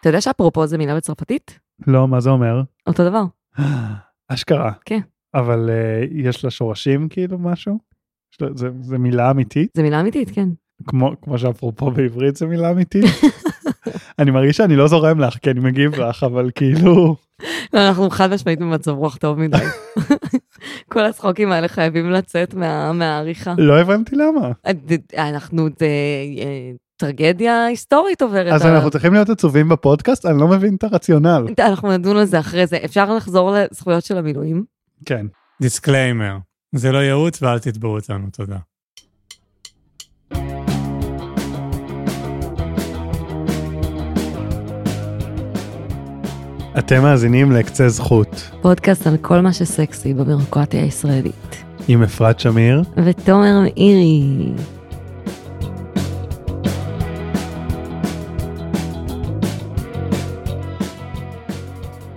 אתה יודע שאפרופו זה מילה בצרפתית? לא, מה זה אומר? אותו דבר. אשכרה. כן. אבל אה, יש לה שורשים כאילו משהו? יש לה- זה- זה מילה אמיתית? זה מילה אמיתית, כן. כמו, כמו שאפרופו בעברית זה מילה אמיתית. אני מרגיש שאני לא זורם לך כי אני מגיב לך אבל כאילו לא, אנחנו חד משמעית במצב רוח טוב מדי. כל הצחוקים האלה חייבים לצאת מה- מהעריכה. אה, לא הבנתי למה. אנחנו, זה אה, טרגדיה היסטורית עוברת. אז עליו. אנחנו צריכים להיות עצובים בפודקאסט אני לא מבין את הרציונל. אנחנו נדון על זה אחרי זה. אפשר לחזור לזכויות של המילואים? כן. דיסקליימר, זה לא ייעוץ ואל תתבעו אותנו, תודה. אתם מאזינים לקצה זכות פודקאסט על כל מה שסקסי בבירוקרטיה הישראלית. עם אפרת שמיר ותומר מאירי.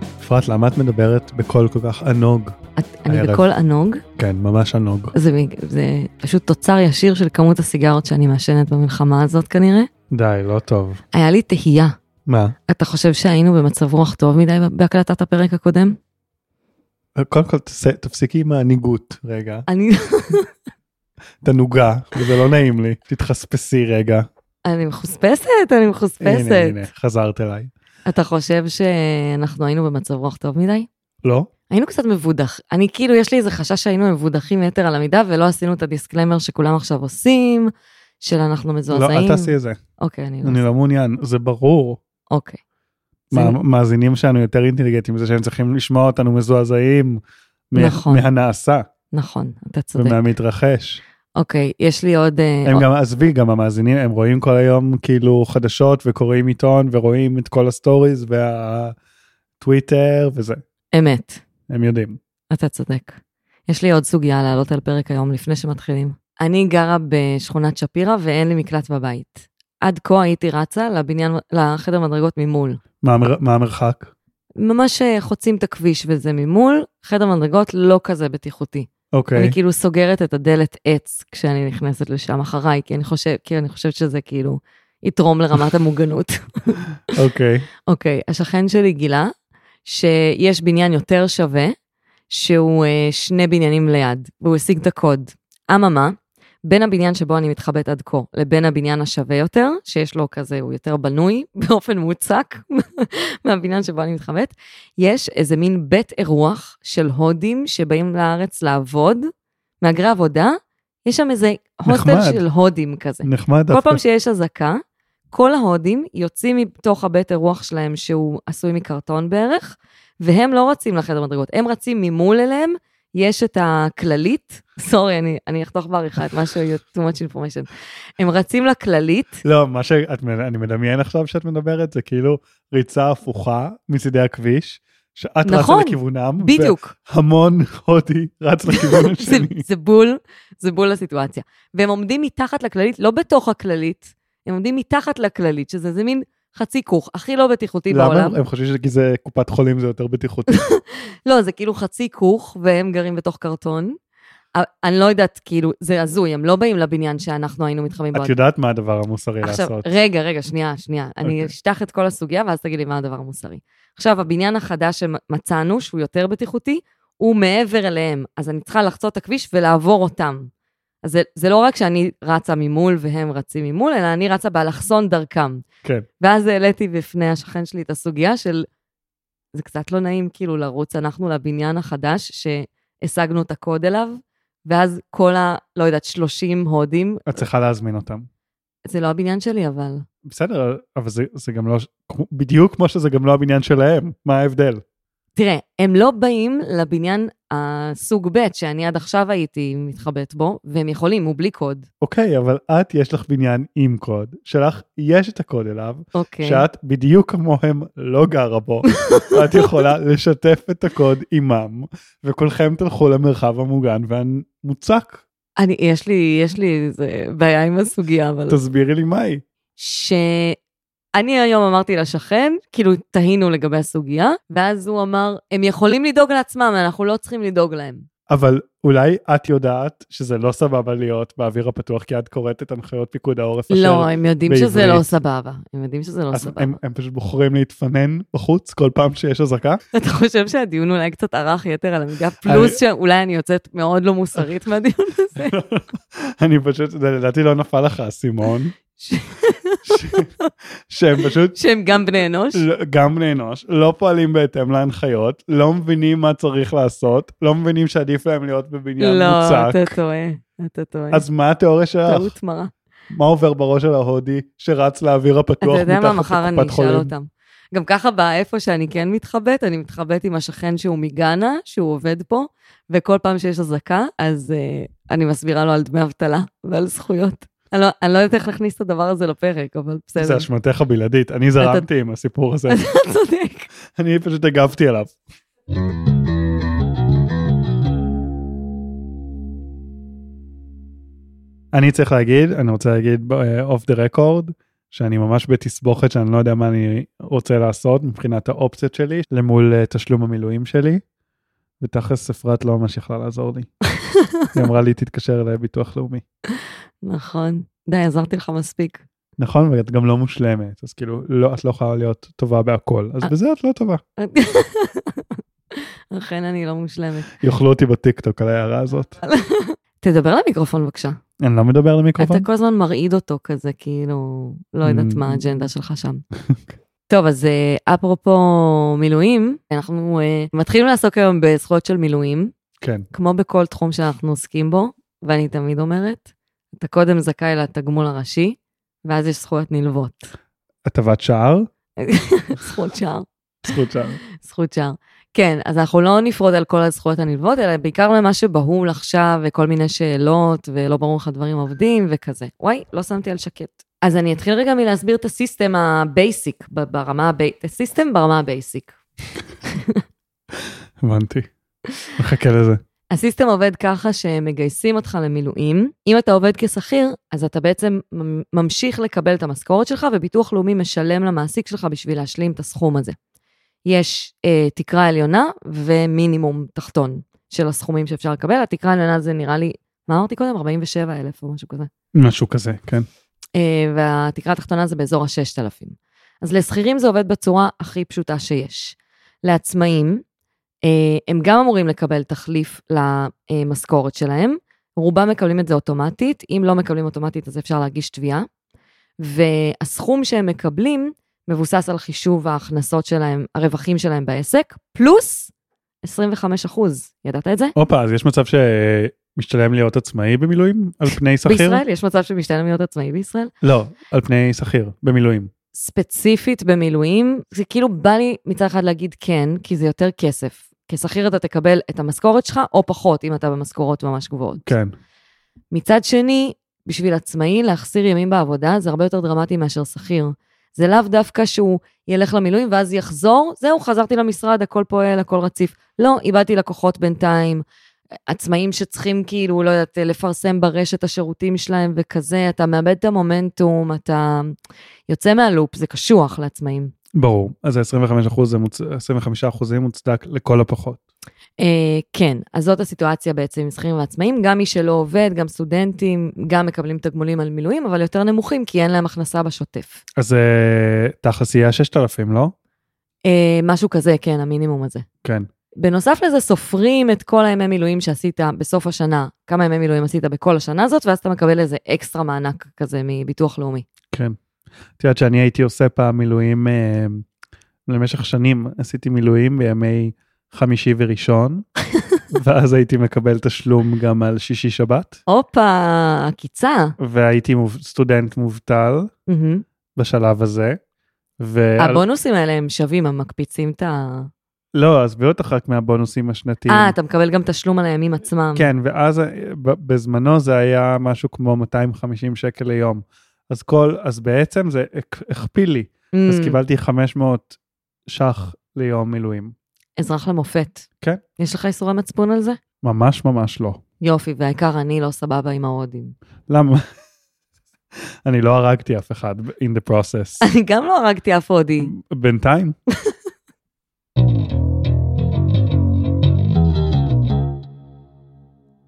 אפרת למה את מדברת בקול כל כך ענוג את- אני הערב. בקול ענוג, כן ממש ענוג זה, מ- זה פשוט תוצר ישיר של כמות הסיגרות שאני מעשנת במלחמה הזאת כנראה. די לא טוב היה לי תהייה, מה אתה חושב שהיינו במצב רוח טוב מדי בהקלטת הפרק הקודם? קודם כל תס- תפסיקי עם הניגות רגע אני, תנוגה וזה לא נעים לי תתחספסי רגע אני מחוספסת, אני מחוספסת. הנה הנה חזרת אליי אתה חושב שאנחנו היינו במצב רוח טוב מדי? לא היינו קצת מבודח. אני כאילו, יש לי איזה חשש שהיינו מבודחים יתר על המידה ולא עשינו את הדיסקלמר שכולם עכשיו עושים, של אנחנו לא מזועזעים. אל תעשי את זה אוקיי, אני... אני לא מעוניין זה ברור אוקיי. מה- זה- מאזינים שלנו יותר אינטליגנטים מזה שהם צריכים לשמוע אותנו מזועזעים מה- נכון. מהנעשה נכון, אתה צודק. ומהמתרחש. אוקיי, יש לי עוד... אה, הם עוד- גם עזבי גם המאזינים הם רואים כל היום כאילו חדשות וקוראים עיתון ורואים את כל הסטוריז והטוויטר וזה אמת, הם יודעים. אתה צודק. יש לי עוד סוגיה לעלות על פרק היום לפני שמתחילים. אני גרה בשכונת שפירא ואין לי מקלט בבית. עד כה הייתי רצה לבניין, לחדר מדרגות ממול. מה המר- מה המרחק? ממש אה, חוצים את הכביש וזה ממול, חדר מדרגות לא כזה בטיחותי. אוקיי אני כאילו סוגרת את הדלת עץ כשאני נכנסת לשם אחריי, כי אני, חושב, כי אני חושבת שזה כאילו יתרום לרמת המוגנות. אוקיי אוקיי, השכן שלי גילה שיש בניין יותר שווה, שהוא אה, שני בניינים ליד, והוא השיג את הקוד. אממה, בין הבניין שבו אני מתחבאת עד כה, לבין הבניין השווה יותר, שיש לו כזה, הוא יותר בנוי באופן מוצק מהבניין שבו אני מתחבאת, יש איזה מין בית אירוח של הודים שבאים לארץ לעבוד, מהגרי עבודה, יש שם איזה הוסטל נחמד. של הודים כזה. נחמד כל דווקא. פעם שיש אזעקה, כל ההודים יוצאים מתוך הבית אירוח שלהם שהוא עשוי מקרטון בערך, והם לא רצים לחדר מדרגות, הם רצים ממול אליהם, יש את הכללית, סורי, אני, אני אחתוך בעריכה את משהו, too much information. הם רצים לכללית, לא מה שאני מדמיין עכשיו שאת מדברת זה כאילו ריצה הפוכה מצידי הכביש. שאת רצה נכון, לכיוונם, בדיוק. והמון הודי רץ לכיוון זה, השני. זה בול, זה בול לסיטואציה. והם עומדים מתחת לכללית, לא בתוך הכללית, הם עומדים מתחת לכללית, שזה איזה מין חצי כוך, הכי לא בטיחותי למה בעולם. הם- הם חושבים שזה כי זה קופת חולים זה יותר בטיחותי? לא, זה כאילו חצי כוך, והם גרים בתוך קרטון. אה, אני לא יודעת, כאילו, זה הזוי, הם לא באים לבניין שאנחנו היינו מתחבאים בו. את יודעת מה הדבר המוסרי נכון. עכשיו, לעשות. רגע, רגע, שנייה, שנייה. אוקיי. אני אשטח את כל הסוגיה, ואז תגיד לי מה הדבר המוסרי. עכשיו, הבניין החדש שמצאנו, שהוא יותר בטיחותי, הוא מעבר אליהם, אז אני צריכה לחצות את הכביש ולעבור אותם. אז זה, זה לא רק שאני רצה ממול והם רצים ממול, אלא אני רצה באלכסון דרכם. כן. ואז העליתי בפני השכן שלי את הסוגיה של, זה קצת לא נעים כאילו לרוץ, אנחנו לבניין החדש שהשגנו את הקוד אליו, ואז כל ה, לא יודעת, 30 הודים, את צריכה להזמין אותם. זה לא הבניין שלי אבל. בסדר, אבל זה, זה גם לא, בדיוק כמו שזה גם לא הבניין שלהם, מה ההבדל? תראה, הם לא באים לבניין הסוג ב' שאני עד עכשיו הייתי מתחבאת בו, והם יכולים, הוא בלי קוד. אוקיי, אבל את יש לך בניין עם קוד, שלך יש את הקוד אליו, אוקיי. שאת בדיוק כמוהם לא גרה בו, את יכולה לשתף את הקוד עימם, וכולכם תלכו למרחב המוגן והמוצק. אני, יש לי, יש לי איזה בעיה עם הסוגיה, אבל... תסבירי לי מהי. שאני היום אמרתי לשכן, כאילו תהינו לגבי הסוגיה, ואז הוא אמר, הם יכולים לדאוג לעצמם, אנחנו לא צריכים לדאוג להם. אבל אולי את יודעת שזה לא סבבה להיות באוויר הפתוח, כי את קוראת את הנחיות פיקוד העורף. אשר- לא, הם יודעים שזה בעברית. לא סבבה. הם יודעים שזה לא אז סבבה. הם, הם פשוט בוחרים להתפנן בחוץ כל פעם שיש אזעקה? אתה חושב שהדיון אולי קצת ערך יתר על המידה, פלוס שאולי אני יוצאת מאוד לא מוסרית מהדיון הזה? אני פשוט, זה לדעתי לא נפל לך האסימון, ש- ש- שהם פשוט שהם גם בני אנוש? לא- גם בני אנוש, לא פועלים בהתאם להנחיות, לא מבינים מה צריך לעשות, לא מבינים שעדיף להם להיות בבניין לא, מוצק. אתה טועה, אתה טועה. אז מה התיאוריה שלך? טעות מרה. מה עובר בראש של ההודי שרץ לאוויר הפתוח אתה יודע מה, מתחת מחר אני לקופת אשאל חולים? אותם. גם ככה באיפה שאני כן מתחבאת, אני מתחבאת עם השכן שהוא מגאנה, שהוא עובד פה, וכל פעם שיש אזעקה, אז אה, אני מסבירה לו על דמי אבטלה ועל זכויות. אני לא- אני לא יודעת איך להכניס את הדבר הזה לפרק, אבל זה בסדר. אשמתך הבלעדית, אני זרמתי עם הסיפור הזה, אתה צודק. אני פשוט הגבתי עליו. אני צריך להגיד, אני רוצה להגיד אה, אוף דה רקורד, שאני ממש בתסבוכת שאני לא יודע מה אני רוצה לעשות מבחינת האופציות שלי למול אה, תשלום המילואים שלי. ותכלס אפרת לא ממש יכלה לעזור לי. היא אמרה לי תתקשר לביטוח לאומי. נכון. די, עזרתי לך מספיק. נכון ואת גם לא מושלמת אז כאילו לא את לא יכולה להיות טובה בהכל אז אה. בזה את לא טובה. אכן אני לא מושלמת. יאכלו אותי בטיקטוק על ההערה הזאת. תדבר למיקרופון בבקשה. אני לא מדבר למיקרופון. אתה כל הזמן מרעיד אותו כזה, כאילו, לא יודעת מה האג'נדה שלך שם. אוקיי. טוב, אז אה, אפרופו מילואים, אנחנו אה, מתחילים לעסוק היום בזכויות של מילואים, כן. כמו בכל תחום שאנחנו עוסקים בו, ואני תמיד אומרת, אתה קודם זכאי לתגמול הראשי, ואז יש זכויות נלוות. הטבת שער? זכות שער. זכות שער. זכות שער. כן, אז אנחנו לא נפרוד על כל הזכויות הנלוות, אלא בעיקר למה שבהול עכשיו, וכל מיני שאלות, ולא ברור איך הדברים עובדים, וכזה. וואי, לא שמתי על שקט. אז אני אתחיל רגע מלהסביר את הסיסטם הבייסיק, ב- ברמה הבי... את הסיסטם ברמה הבייסיק. הבנתי. מחכה לזה. הסיסטם עובד ככה שמגייסים אותך למילואים. אם אתה עובד כשכיר, אז אתה בעצם ממ- ממשיך לקבל את המשכורת שלך, וביטוח לאומי משלם למעסיק שלך בשביל להשלים את הסכום הזה. יש אה, תקרה עליונה ומינימום תחתון של הסכומים שאפשר לקבל. התקרה העליונה זה נראה לי, מה אמרתי קודם? 47,000 או משהו כזה. משהו כזה, כן. אה, והתקרה התחתונה זה באזור ה-6,000. אז לשכירים זה עובד בצורה הכי פשוטה שיש. לעצמאים, אה, הם גם אמורים לקבל תחליף למשכורת שלהם, רובם מקבלים את זה אוטומטית, אם לא מקבלים אוטומטית אז אפשר להגיש תביעה, והסכום שהם מקבלים מבוסס על חישוב ההכנסות שלהם, הרווחים שלהם בעסק, פלוס 25 אחוז, ידעת את זה? הופה, אז יש מצב שמשתלם להיות עצמאי במילואים? על פני שכיר? בישראל יש מצב שמשתלם להיות עצמאי בישראל? לא, על פני שכיר, במילואים. ספציפית במילואים, זה כאילו בא לי מצד אחד להגיד כן, כי זה יותר כסף. כשכיר אתה תקבל את המשכורת שלך, או פחות, אם אתה במשכורות ממש גבוהות. כן. מצד שני, בשביל עצמאי להחסיר ימים בעבודה זה הרבה יותר דרמטי מאשר שכיר. זה לאו דווקא שהוא ילך למילואים ואז יחזור, זהו, חזרתי למשרד, הכל פועל, הכל רציף. לא, איבדתי לקוחות בינתיים. עצמאים שצריכים כאילו, לא יודעת, לפרסם ברשת השירותים שלהם וכזה, אתה מאבד את המומנטום, אתה יוצא מהלופ, זה קשוח לעצמאים. ברור. אז ה-25% זה מוצ... 25% מוצדק לכל הפחות. אה, כן, אז זאת הסיטואציה בעצם עם שכירים ועצמאים. גם מי שלא עובד, גם סטודנטים, גם מקבלים תגמולים על מילואים, אבל יותר נמוכים, כי אין להם הכנסה בשוטף. אז אה, תכלס יהיה 6,000, לא? אה, משהו כזה, כן, המינימום הזה. כן. בנוסף לזה, סופרים את כל הימי מילואים שעשית בסוף השנה, כמה ימי מילואים עשית בכל השנה הזאת, ואז אתה מקבל איזה אקסטרה מענק כזה מביטוח לאומי. כן. את יודעת שאני הייתי עושה פעם מילואים, אה, למשך שנים עשיתי מילואים בימי חמישי וראשון, ואז הייתי מקבל תשלום גם על שישי שבת, הופה, עקיצה. והייתי מוב, סטודנט מובטל מהמם. בשלב הזה. ו... הבונוסים האלה הם שווים, הם מקפיצים את ה... לא, עזבי אותך רק מהבונוסים השנתיים. אה, אתה מקבל גם תשלום על הימים עצמם. כן, ואז אה, ב- בזמנו זה היה משהו כמו 250 שקל ליום. אז כל, אז בעצם זה הכ- הכפיל לי, Mm, אז קיבלתי 500 ש"ח ליום מילואים. אזרח למופת. כן. יש לך איסורי מצפון על זה? ממש ממש לא. יופי, והעיקר אני לא סבבה עם ההודים. למה? אני לא הרגתי אף אחד in the process. אני גם לא הרגתי אף הודי. בינתיים.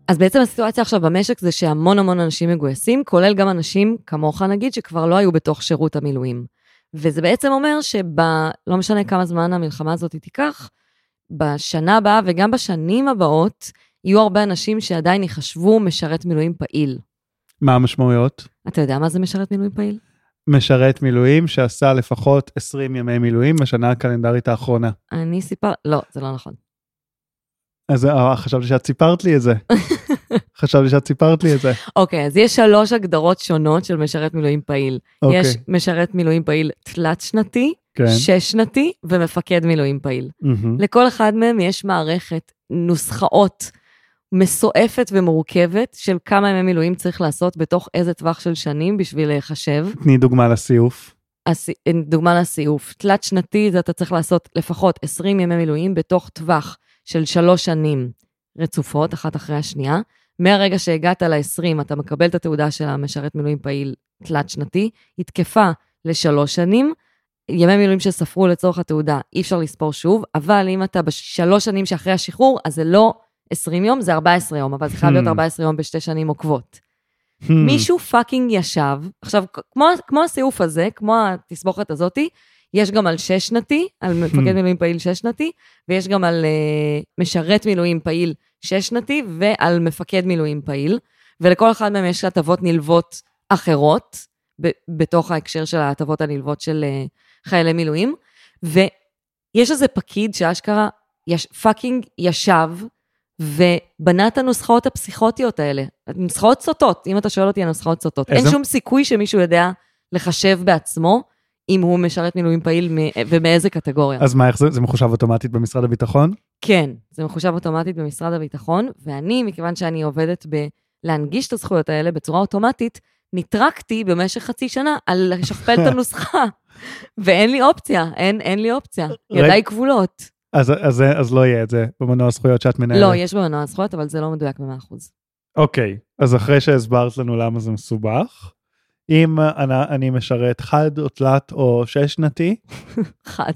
אז בעצם הסיטואציה עכשיו במשק זה שהמון המון אנשים מגויסים, כולל גם אנשים כמוך נגיד, שכבר לא היו בתוך שירות המילואים. וזה בעצם אומר שב... לא משנה כמה זמן המלחמה הזאת תיקח, בשנה הבאה וגם בשנים הבאות, יהיו הרבה אנשים שעדיין ייחשבו משרת מילואים פעיל. מה המשמעויות? אתה יודע מה זה משרת מילואים פעיל? משרת מילואים שעשה לפחות 20 ימי מילואים בשנה הקלנדרית האחרונה. אני סיפר... לא, זה לא נכון. אז אה, חשבתי שאת סיפרת לי את זה. חשבתי שאת סיפרת לי את זה. אוקיי, אז יש שלוש הגדרות שונות של משרת מילואים פעיל. אוקיי, יש משרת מילואים פעיל תלת-שנתי, כן. שש-שנתי ומפקד מילואים פעיל. מהמם. לכל אחד מהם יש מערכת נוסחאות מסועפת ומורכבת של כמה ימי מילואים צריך לעשות בתוך איזה טווח של שנים בשביל להיחשב. תני דוגמה לסיוף. הס- דוגמה לסיוף, תלת שנתי זה אתה צריך לעשות לפחות 20 ימי מילואים בתוך טווח של שלוש שנים רצופות, אחת אחרי השנייה. מהרגע שהגעת ל-20, אתה מקבל את התעודה של המשרת מילואים פעיל תלת שנתי, היא תקפה לשלוש שנים. ימי מילואים שספרו לצורך התעודה, אי אפשר לספור שוב, אבל אם אתה בשלוש שנים שאחרי השחרור, אז זה לא 20 יום, זה 14 יום, אבל זה חייב להיות Hmm. 14 יום בשתי שנים עוקבות. Mm. מישהו פאקינג ישב, עכשיו, כמו, כמו הסיוף הזה, כמו התסבוכת הזאתי, יש גם על שש שנתי, על מפקד מילואים פעיל שש שנתי, ויש גם על uh, משרת מילואים פעיל שש שנתי, ועל מפקד מילואים פעיל, ולכל אחד מהם יש הטבות נלוות אחרות, ב- בתוך ההקשר של ההטבות הנלוות של uh, חיילי מילואים, ויש איזה פקיד שאשכרה יש, פאקינג ישב, ובנה את הנוסחאות הפסיכוטיות האלה. נוסחאות סוטות, אם אתה שואל אותי, הנוסחאות סוטות. איזה- אין שום סיכוי שמישהו יודע לחשב בעצמו אם הוא משרת מילואים פעיל מ- ומאיזה קטגוריה. אז מה, איך זה? זה מחושב אוטומטית במשרד הביטחון? כן, זה מחושב אוטומטית במשרד הביטחון, ואני, מכיוון שאני עובדת בלהנגיש את הזכויות האלה בצורה אוטומטית, נטרקתי במשך חצי שנה על לשכפל את הנוסחה, ואין לי אופציה, אין, אין לי אופציה. ידיי כבולות. אז, אז, אז לא יהיה את זה במנוע זכויות שאת מנהלת. לא, יש במנוע זכויות, אבל זה לא מדויק ב-100%. אוקיי, אז אחרי שהסברת לנו למה זה מסובך, אם אני, אני משרת חד או תלת או שש שנתי, חד.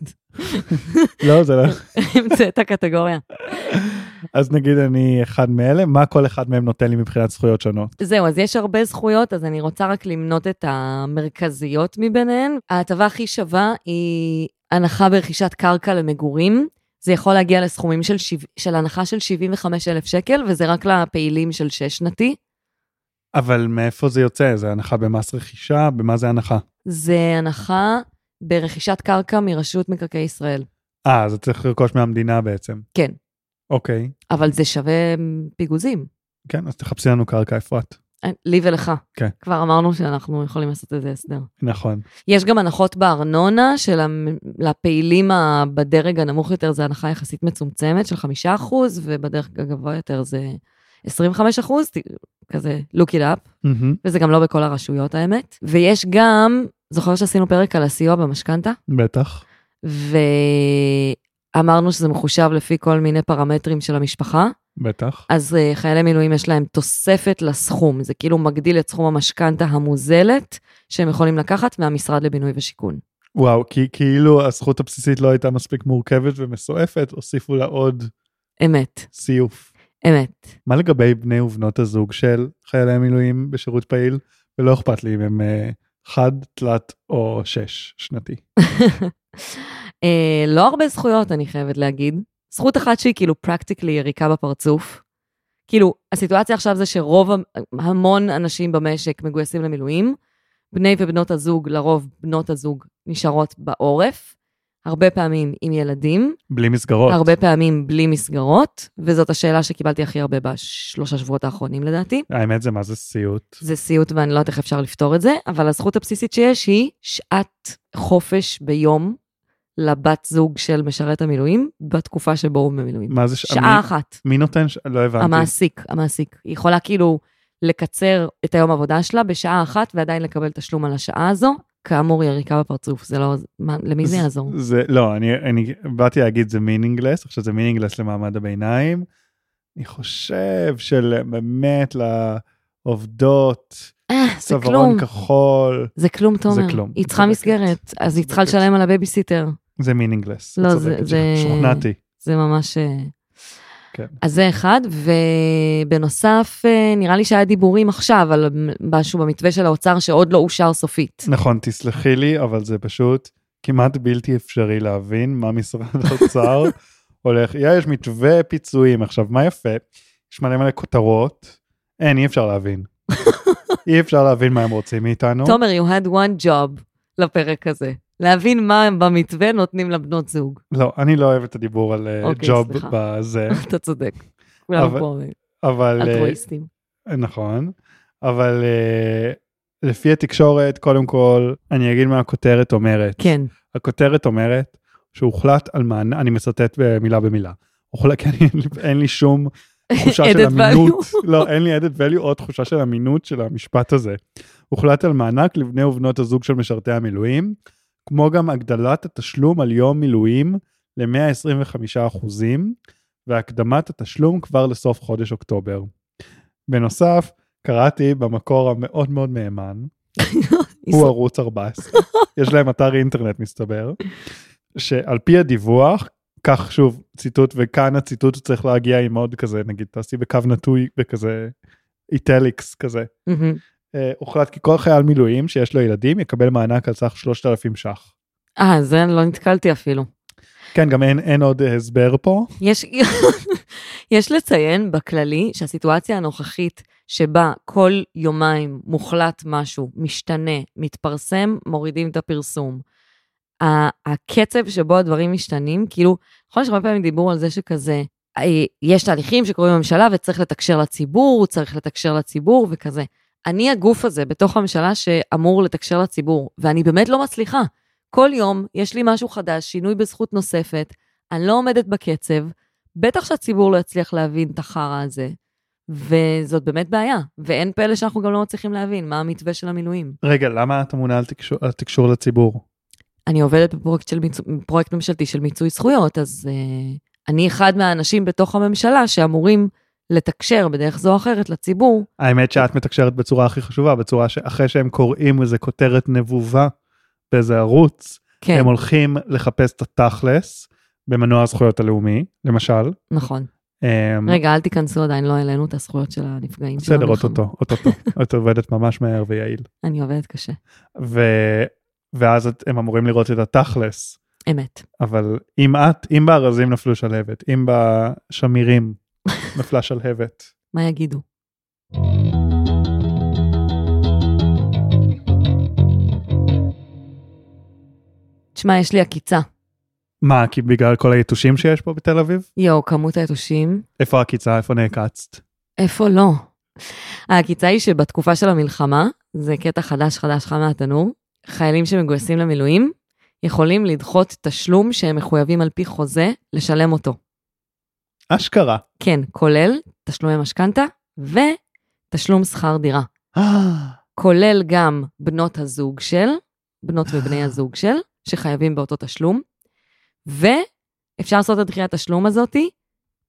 לא, זה לא, המצאת קטגוריה. אז נגיד אני אחד מאלה, מה כל אחד מהם נותן לי מבחינת זכויות שונות? זהו, אז יש הרבה זכויות, אז אני רוצה רק למנות את המרכזיות מביניהן. ההטבה הכי שווה היא הנחה ברכישת קרקע למגורים. זה יכול להגיע לסכומים של, שבע, של הנחה של 75,000 שקל, וזה רק לפעילים של שש שנתי. אבל מאיפה זה יוצא? זה הנחה במס רכישה? במה זה הנחה? זה הנחה ברכישת קרקע מרשות מקרקעי ישראל. אה, אז צריך לרכוש מהמדינה בעצם. כן, אוקיי, אבל זה שווה פיגוזים. כן, אז תחפשי לנו קרקע, אפרת. לי ולך. כן. כבר אמרנו שאנחנו יכולים לעשות איזה הסדר. נכון. יש גם הנחות בארנונה של המ- לפעילים ה- בדרג הנמוך יותר, זה הנחה יחסית מצומצמת של 5%, ובדרג הגבוה יותר זה 25%, ת- כזה look it up, מהמם, וזה גם לא בכל הרשויות האמת. ויש גם, זוכר שעשינו פרק על הסיוע במשכנתה? בטח. ואמרנו שזה מחושב לפי כל מיני פרמטרים של המשפחה, בטח. אז אה, חיילי מילואים יש להם תוספת לסכום, זה כאילו מגדיל את סכום המשכנתה המוזלת שהם יכולים לקחת מהמשרד לבינוי ושיכון. וואו, כי כאילו הזכות הבסיסית לא הייתה מספיק מורכבת ומסועפת, הוסיפו לה עוד אמת. סיוף. אמת. מה לגבי בני ובנות הזוג של חיילי מילואים בשירות פעיל? ולא אכפת לי אם הם אה, חד, תלת או שש שנתי. אה, לא הרבה זכויות, אני חייבת להגיד. זכות אחת שהיא כאילו פרקטיקלי יריקה בפרצוף. כאילו, הסיטואציה עכשיו זה שרוב, המ- המון אנשים במשק מגויסים למילואים. בני ובנות הזוג, לרוב בנות הזוג נשארות בעורף, הרבה פעמים עם ילדים, בלי מסגרות. הרבה פעמים בלי מסגרות, וזאת השאלה שקיבלתי הכי הרבה בשלושה שבועות האחרונים לדעתי. האמת זה מה זה סיוט. זה סיוט ואני לא יודעת איך אפשר לפתור את זה, אבל הזכות הבסיסית שיש היא שעת חופש ביום לבת זוג של משרת המילואים בתקופה שבו הוא במילואים. מה זה ש... שעה מי, אחת, מי נותן? ש... לא הבנתי. המעסיק, המעסיק. היא יכולה כאילו לקצר את היום עבודה שלה בשעה אחת ועדיין לקבל תשלום על השעה הזו. כאמור, יריקה בפרצוף, זה לא... מה, למי זה יעזור? זה לא, אני, אני באתי להגיד זה מינינגלס, עכשיו זה מינינגלס למעמד הביניים. אני חושב של באמת לעובדות, אה, זה כלום. צווארון כחול, זה כלום, תומר. כלום, היא צריכה צודקת. מסגרת, אז היא צריכה צודקת. לשלם על הבייביסיטר. זה מינינגלס. לא, את זה- צודקת, זה- שוכנעתי. זה ממש... אה, כן. אז זה אחד, ובנוסף, אה, נראה לי שהיה דיבורים עכשיו על משהו במתווה של האוצר שעוד לא אושר סופית. נכון, תסלחי לי, אבל זה פשוט כמעט בלתי אפשרי להבין מה משרד האוצר הולך. יא, יש מתווה פיצויים. עכשיו, מה יפה? יש מלא מלא כותרות. אין, אי אפשר להבין. אי אפשר להבין מה הם רוצים מאיתנו. תומר, you had one job לפרק הזה. להבין מה הם במתווה נותנים לבנות זוג. לא, אני לא אוהב את הדיבור על אה, אוקיי, ג'וב סליחה. בזה, אתה צודק. כולנו אבל- פה אבל... אה, אלטרואיסטים. נכון, אבל אה, לפי התקשורת, קודם כל, אני אגיד מה הכותרת אומרת. כן, הכותרת אומרת שהוחלט על מענק, אני מצטט אה, מילה במילה. הוחלט, כי אני, אין לי שום תחושה של Added אמינות. לא, אין לי added value או תחושה של אמינות של המשפט הזה. הוחלט על מענק לבני ובנות הזוג של משרתי המילואים, כמו גם הגדלת התשלום על יום מילואים ל-125 אחוזים, והקדמת התשלום כבר לסוף חודש אוקטובר. בנוסף, קראתי במקור המאוד מאוד מהימן, הוא ערוץ 14. יש להם אתר אינטרנט מסתבר, שעל פי הדיווח, כך שוב ציטוט וכאן הציטוט צריך להגיע עם עוד כזה נגיד תעשי בקו נטוי וכזה איטליקס כזה. מהמם. אה, הוחלט כי כל חייל מילואים שיש לו ילדים יקבל מענק על סך 3,000 ש"ח. אה, זה אני לא נתקלתי אפילו. כן גם אין, אין עוד אה, הסבר פה. יש, יש לציין בכללי שהסיטואציה הנוכחית שבה כל יומיים מוחלט משהו, משתנה, מתפרסם, מורידים את הפרסום. ה- הקצב שבו הדברים משתנים, כאילו, נכון שהרבה פעמים דיברו על זה שכזה, אה, יש תהליכים שקורים בממשלה וצריך לתקשר לציבור, צריך לתקשר לציבור וכזה. אני הגוף הזה בתוך הממשלה שאמור לתקשר לציבור, ואני באמת לא מצליחה. כל יום יש לי משהו חדש, שינוי בזכות נוספת, אני לא עומדת בקצב, בטח שהציבור לא יצליח להבין את החרא הזה, וזאת באמת בעיה, ואין פלא שאנחנו גם לא מצליחים להבין מה המתווה של המילואים. רגע למה את אמונה על תקשור, על תקשור לציבור? אני עובדת בפרויקט של מיצו, פרויקט ממשלתי של מיצוי זכויות, אז uh, אני אחד מהאנשים בתוך הממשלה שאמורים לתקשר בדרך זו או אחרת לציבור. האמת שאת מתקשרת בצורה הכי חשובה בצורה שאחרי שהם קוראים איזה כותרת נבובה באיזה ערוץ כן, הם הולכים לחפש את התכלס במנוע הזכויות הלאומי, למשל. נכון. אמ, רגע, לא נכון. אל תיכנסו עדיין, לא העלינו את הזכויות של הנפגעים. של בסדר, המלחמה. אוטוטו, אוטוטו. את עובדת ממש מהר ויעיל. אני עובדת קשה, ו- ואז את- הם אמורים לראות את התכלס, אמת. אבל אם את, אם בארזים נפלו שלהבת, אם בשמירים נפלה שלהבת. מה יגידו? תשמע, יש לי עקיצה. מה, כי בגלל כל היתושים שיש פה בתל אביב? יואו, כמות היתושים. איפה הקיצה? איפה נעקצת? איפה לא? העקיצה היא שבתקופה של המלחמה, זה קטע חדש חדש חם מהתנור, חיילים שמגויסים למילואים יכולים לדחות תשלום שהם מחויבים על פי חוזה לשלם אותו. אשכרה. כן, כולל תשלומי משכנתה ותשלום שכר דירה. אה, כולל גם בנות הזוג של, בנות אה. ובני הזוג של, שחייבים באותו תשלום, ואפשר לעשות את דחיית התשלום הזאתי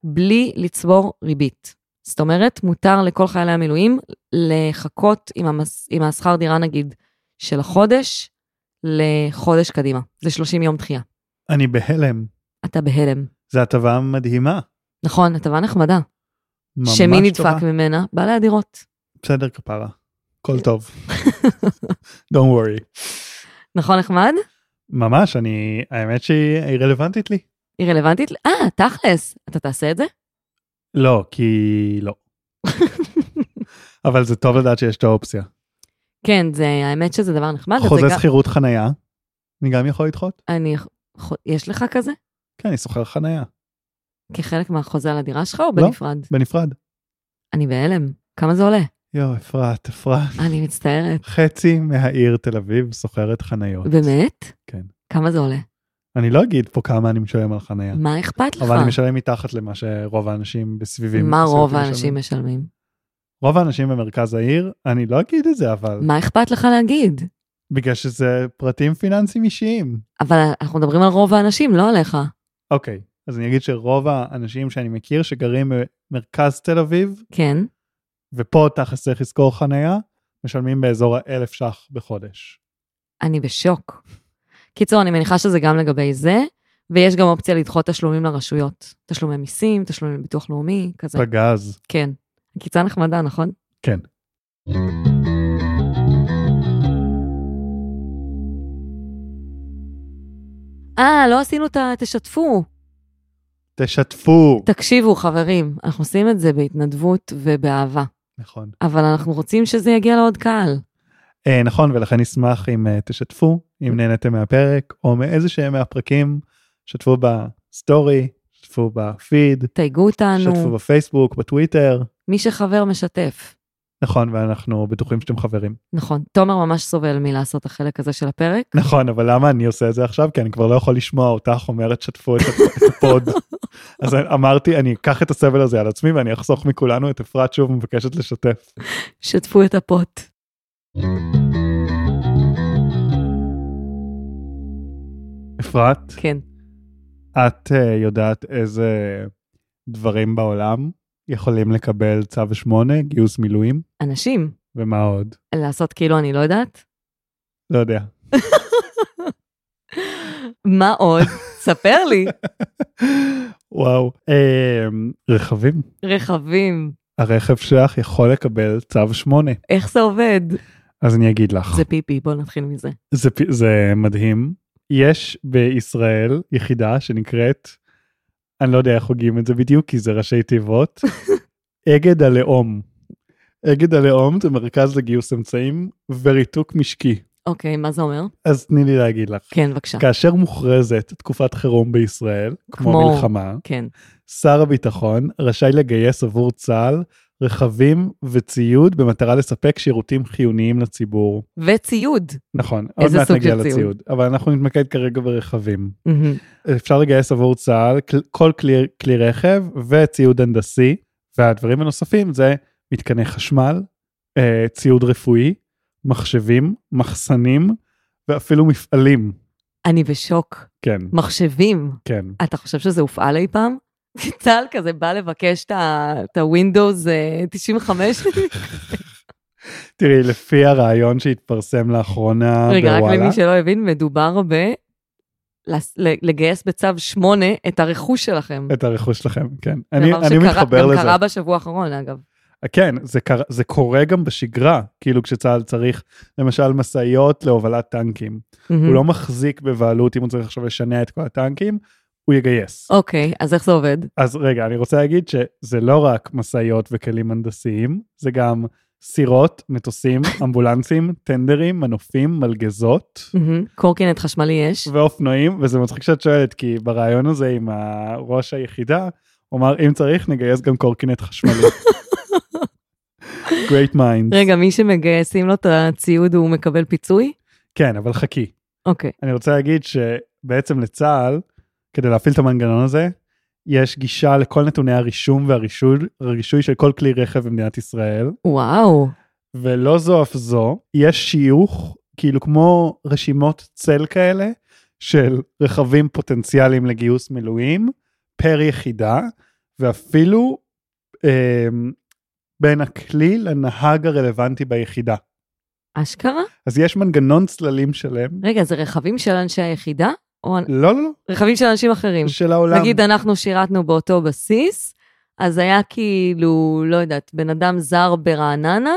בלי לצבור ריבית. זאת אומרת, מותר לכל חיילי המילואים לחכות עם, המס, עם השכר דירה, נגיד, של החודש לחודש קדימה. זה 30 יום דחייה. אני בהלם. אתה בהלם. זו הטבה מדהימה. נכון, הטבה נחמדה. ממש שמי טובה. נדפק ממנה? בעלי הדירות. בסדר, כפרה. הכל כן. טוב. Don't worry. נכון, נחמד? ממש, אני, האמת שהיא היא רלוונטית לי. היא רלוונטית? אה, תכלס, אתה תעשה את זה? לא, כי לא. אבל זה טוב לדעת שיש את האופציה. כן, זה, האמת שזה דבר נחמד. אז חוזה אה, זה גם- שכירות חנייה, אני גם יכול לדחות? אני, ח- יש לך כזה? כן, אני שוכר חנייה, לא. כחלק מהחוזה על הדירה שלך או בנפרד? בנפרד. אני בהלם. כמה זה עולה? יואו, אפרת, אפרת. אני מצטערת. חצי מהעיר תל אביב שוכרת חניות. באמת? לא, כן. כמה זה עולה? אני לא אגיד פה כמה אני משלם על חנייה, מה אכפת לך? כן. אבל אני משלם מתחת למה שרוב האנשים בסביבי. נכון. מה בסביבתי רוב משלמים. האנשים משלמים? רוב האנשים במרכז העיר, אני לא אגיד את זה, אבל מה אכפת לך להגיד? בגלל שזה פרטים פיננסיים אישיים. אבל אנחנו מדברים על רוב האנשים, לא עליך. אוקיי, אז אני אגיד שרוב האנשים שאני מכיר שגרים במרכז תל אביב, כן? ופה תכלס צריך לזכור חניה, משלמים באזור האלף ש"ח בחודש. אני בשוק. קיצור, אני מניחה שזה גם לגבי זה, ויש גם אופציה לדחות תשלומים לרשויות. תשלומי מיסים, תשלומים לביטוח לאומי, כזה. פגז. כן. עקיצה נחמדה, נכון? כן. אה, לא עשינו את ה... תשתפו. תשתפו. תקשיבו, חברים, אנחנו עושים את זה בהתנדבות ובאהבה, נכון. אבל אנחנו רוצים שזה יגיע לעוד קהל. אה, נכון, ולכן נשמח אם אה, תשתפו, אם נהנתם מהפרק, או מאיזה שהם מהפרקים, שתפו בסטורי, שתפו בפיד, תייגו שתפו אותנו, בפייסבוק, בטוויטר. מי שחבר משתף. נכון, ואנחנו בטוחים שאתם חברים. נכון, תומר ממש סובל מלעשות את החלק הזה של הפרק. נכון, אבל למה אני עושה את זה עכשיו? כי אני כבר לא יכול לשמוע אותך אומרת שתפו את ה- את הפוד. אז אמרתי, אני אקח את הסבל הזה על עצמי ואני אחסוך מכולנו את אפרת שוב מבקשת לשתף. שתפו את הפוט. אפרת, כן. את אה, יודעת איזה דברים בעולם יכולים לקבל צו 8, גיוס מילואים, אנשים, ומה עוד? לעשות כאילו אני לא יודעת. לא יודע. מה עוד? ספר לי. וואו. אה, רכבים. רכבים, הרכב שלך יכול לקבל צו 8. איך זה עובד? אז אני אגיד לך. זה פיפי, בואו נתחיל מזה. זה, פ- זה מדהים. יש בישראל יחידה שנקראת, אני לא יודע איך הוגים את זה בדיוק, כי זה ראשי תיבות, אגד הלאום. אגד הלאום זה מרכז לגיוס אמצעים וריתוק משקי. אוקיי, מה זה אומר? אז תני לי להגיד לך. כן, בבקשה. כאשר מוכרזת תקופת חירום בישראל, כמו, כמו- כמו מלחמה, כן. שר הביטחון רשאי לגייס עבור צה"ל רכבים וציוד במטרה לספק שירותים חיוניים לציבור. וציוד. נכון, עוד איזה מעט סוג נגיע של ציוד? לציוד, אבל אנחנו נתמקד כרגע ברכבים. מהמם. אפשר לגייס עבור צה"ל כל- כל כלי, כלי רכב וציוד הנדסי, והדברים הנוספים זה מתקני חשמל, אה, ציוד רפואי, מחשבים, מחסנים ואפילו מפעלים. אני בשוק. כן, מחשבים. כן. אתה חושב שזה הופעל אי פעם? צה"ל כזה בא לבקש את ה- את ה-Windows אה, 95? תראי, לפי הרעיון שהתפרסם לאחרונה רגע, רק בוואלה, למי שלא הבין, מדובר ב... לס- ל- לגייס בצו 8 את הרכוש שלכם. את הרכוש שלכם, כן. אני, דבר אני שקרה- מתחבר גם לזה. קרה בשבוע האחרון, אגב. כן, זה, קר... זה קורה גם בשגרה, כאילו כשצה"ל צריך, למשל, משאיות להובלת טנקים. Mm. הוא לא מחזיק בבעלות, אם הוא צריך עכשיו לשנע את כל הטנקים, הוא יגייס. אוקיי, אז איך זה עובד? אז רגע, אני רוצה להגיד שזה לא רק משאיות וכלים הנדסיים, זה גם סירות, מטוסים, אמבולנסים, טנדרים, מנופים, מלגזות. מהמם. קורקינט חשמלי יש? ואופנועים, וזה מצחיק שאת שואלת, כי ברעיון הזה עם הראש היחידה, הוא אמר, אם צריך, נגייס גם קורקינט חשמלי. Great mind. רגע, מי שמגייסים לו את הציוד הוא מקבל פיצוי? כן, אבל חכי. אוקיי. אני רוצה להגיד שבעצם לצה"ל, כדי להפעיל את המנגנון הזה, יש גישה לכל נתוני הרישום והרישוי הרישוי של כל כלי רכב במדינת ישראל, וואו, ולא זו אף זו, יש שיוך, כאילו כמו רשימות צל כאלה, של רכבים פוטנציאליים לגיוס מילואים, פר יחידה, ואפילו אה, בין הכלי לנהג הרלוונטי ביחידה. אשכרה? אז יש מנגנון צללים שלם. רגע, זה רכבים של אנשי היחידה? או לא, לא, רכבים של אנשים אחרים? לא, של העולם. נגיד אנחנו שירתנו באותו בסיס, אז היה כאילו, לא יודעת, בן אדם זר ברעננה,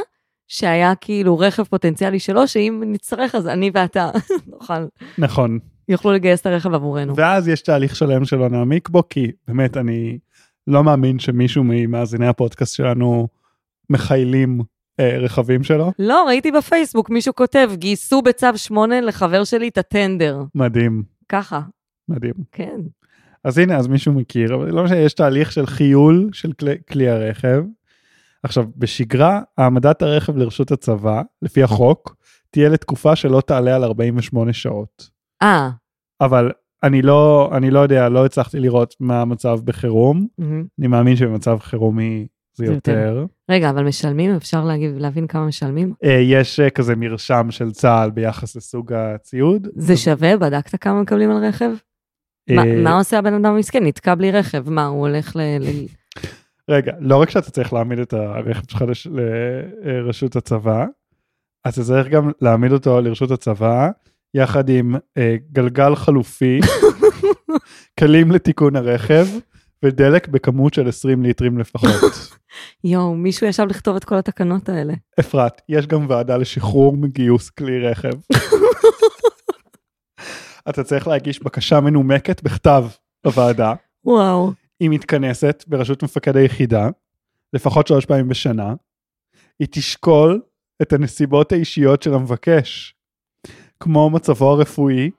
שהיה כאילו רכב פוטנציאלי שלו, שאם נצטרך אז אני ואתה נוכל, נכון. יוכלו לגייס את הרכב עבורנו. ואז יש תהליך שלם שלא נעמיק בו, כי באמת אני לא מאמין שמישהו ממאזיני הפודקאסט שלנו מחיילים אה, רכבים שלו. לא, ראיתי בפייסבוק מישהו כותב, גייסו בצו 8 לחבר שלי את הטנדר. מדהים, ככה, מדהים. כן. אז הנה, אז מישהו מכיר, אבל לא משנה, יש תהליך של חיול של כלי, כלי הרכב. עכשיו, בשגרה, העמדת הרכב לרשות הצבא, לפי החוק, תהיה לתקופה שלא תעלה על 48 שעות. אה, אבל אני לא, אני לא יודע, לא הצלחתי לראות מה המצב בחירום. מהמם. אני מאמין שבמצב חירומי זה זה יותר. יותר. רגע, אבל משלמים? אפשר להגיד, להבין כמה משלמים? אה, יש אה, כזה מרשם של צה"ל ביחס לסוג הציוד. זה שווה? בדקת כמה מקבלים על רכב? מה- אה, מה עושה הבן אדם המסכן? נתקע בלי רכב, מה, הוא הולך ל... ל- רגע, לא רק שאתה צריך להעמיד את הרכב שלך לש- אה, לרשות הצבא, אתה צריך גם להעמיד אותו לרשות הצבא, יחד עם אה, גלגל חלופי קלים לתיקון הרכב, ודלק בכמות של 20 ליטרים לפחות. יואו, מישהו ישב לכתוב את כל התקנות האלה. אפרת, יש גם ועדה לשחרור מגיוס כלי רכב. אתה צריך להגיש בקשה מנומקת בכתב בוועדה. וואו. היא מתכנסת בראשות מפקד היחידה, לפחות שלוש פעמים בשנה, היא תשקול את הנסיבות האישיות של המבקש, כמו מצבו הרפואי,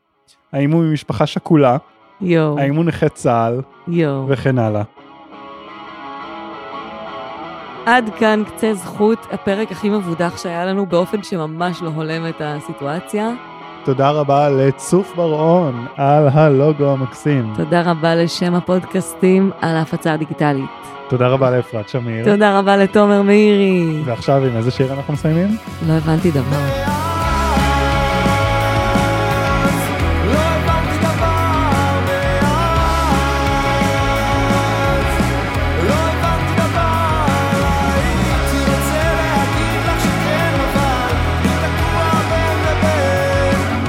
האם הוא ממשפחה שכולה, יואו. האם הוא נכה צה"ל, יואו. וכן הלאה. עד כאן קצה זכות, הפרק הכי מבודח שהיה לנו באופן שממש לא הולם את הסיטואציה. תודה רבה לצוף בר-און על הלוגו המקסים. תודה רבה לשם הפודקאסטים על ההפצה הדיגיטלית. תודה רבה לאפרת שמיר. תודה רבה לתומר מאירי. ועכשיו עם איזה שיר אנחנו מסיימים? לא הבנתי דבר. לא הבנתי דבר מאז, לא הבנתי דבר, הייתי רוצה להגיד לך שכן אבל, אני תקוע בין לבין.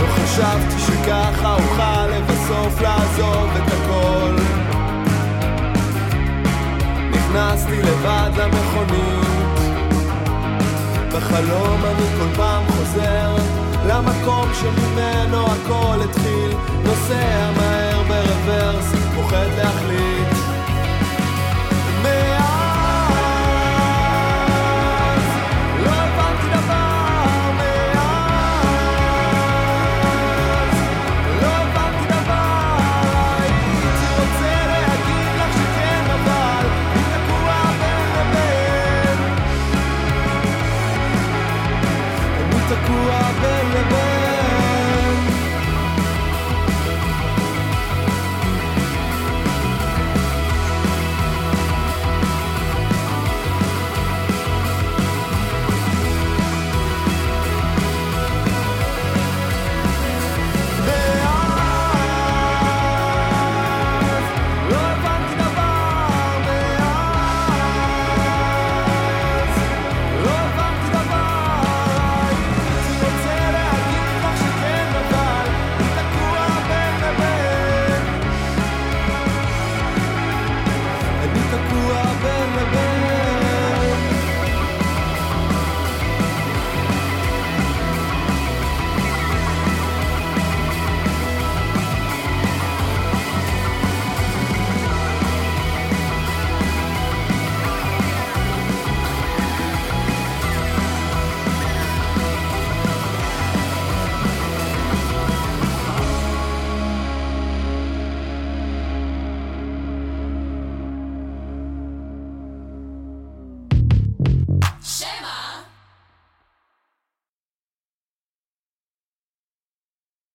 לא חשבתי שככה אוכל לבסוף לעזוב את הכל. נכנסתי לבד למכונית בחלום אני כל פעם חוזר למקום שממנו הכל התחיל נוסע מהר ברוורס, פוחד להחליט לא לא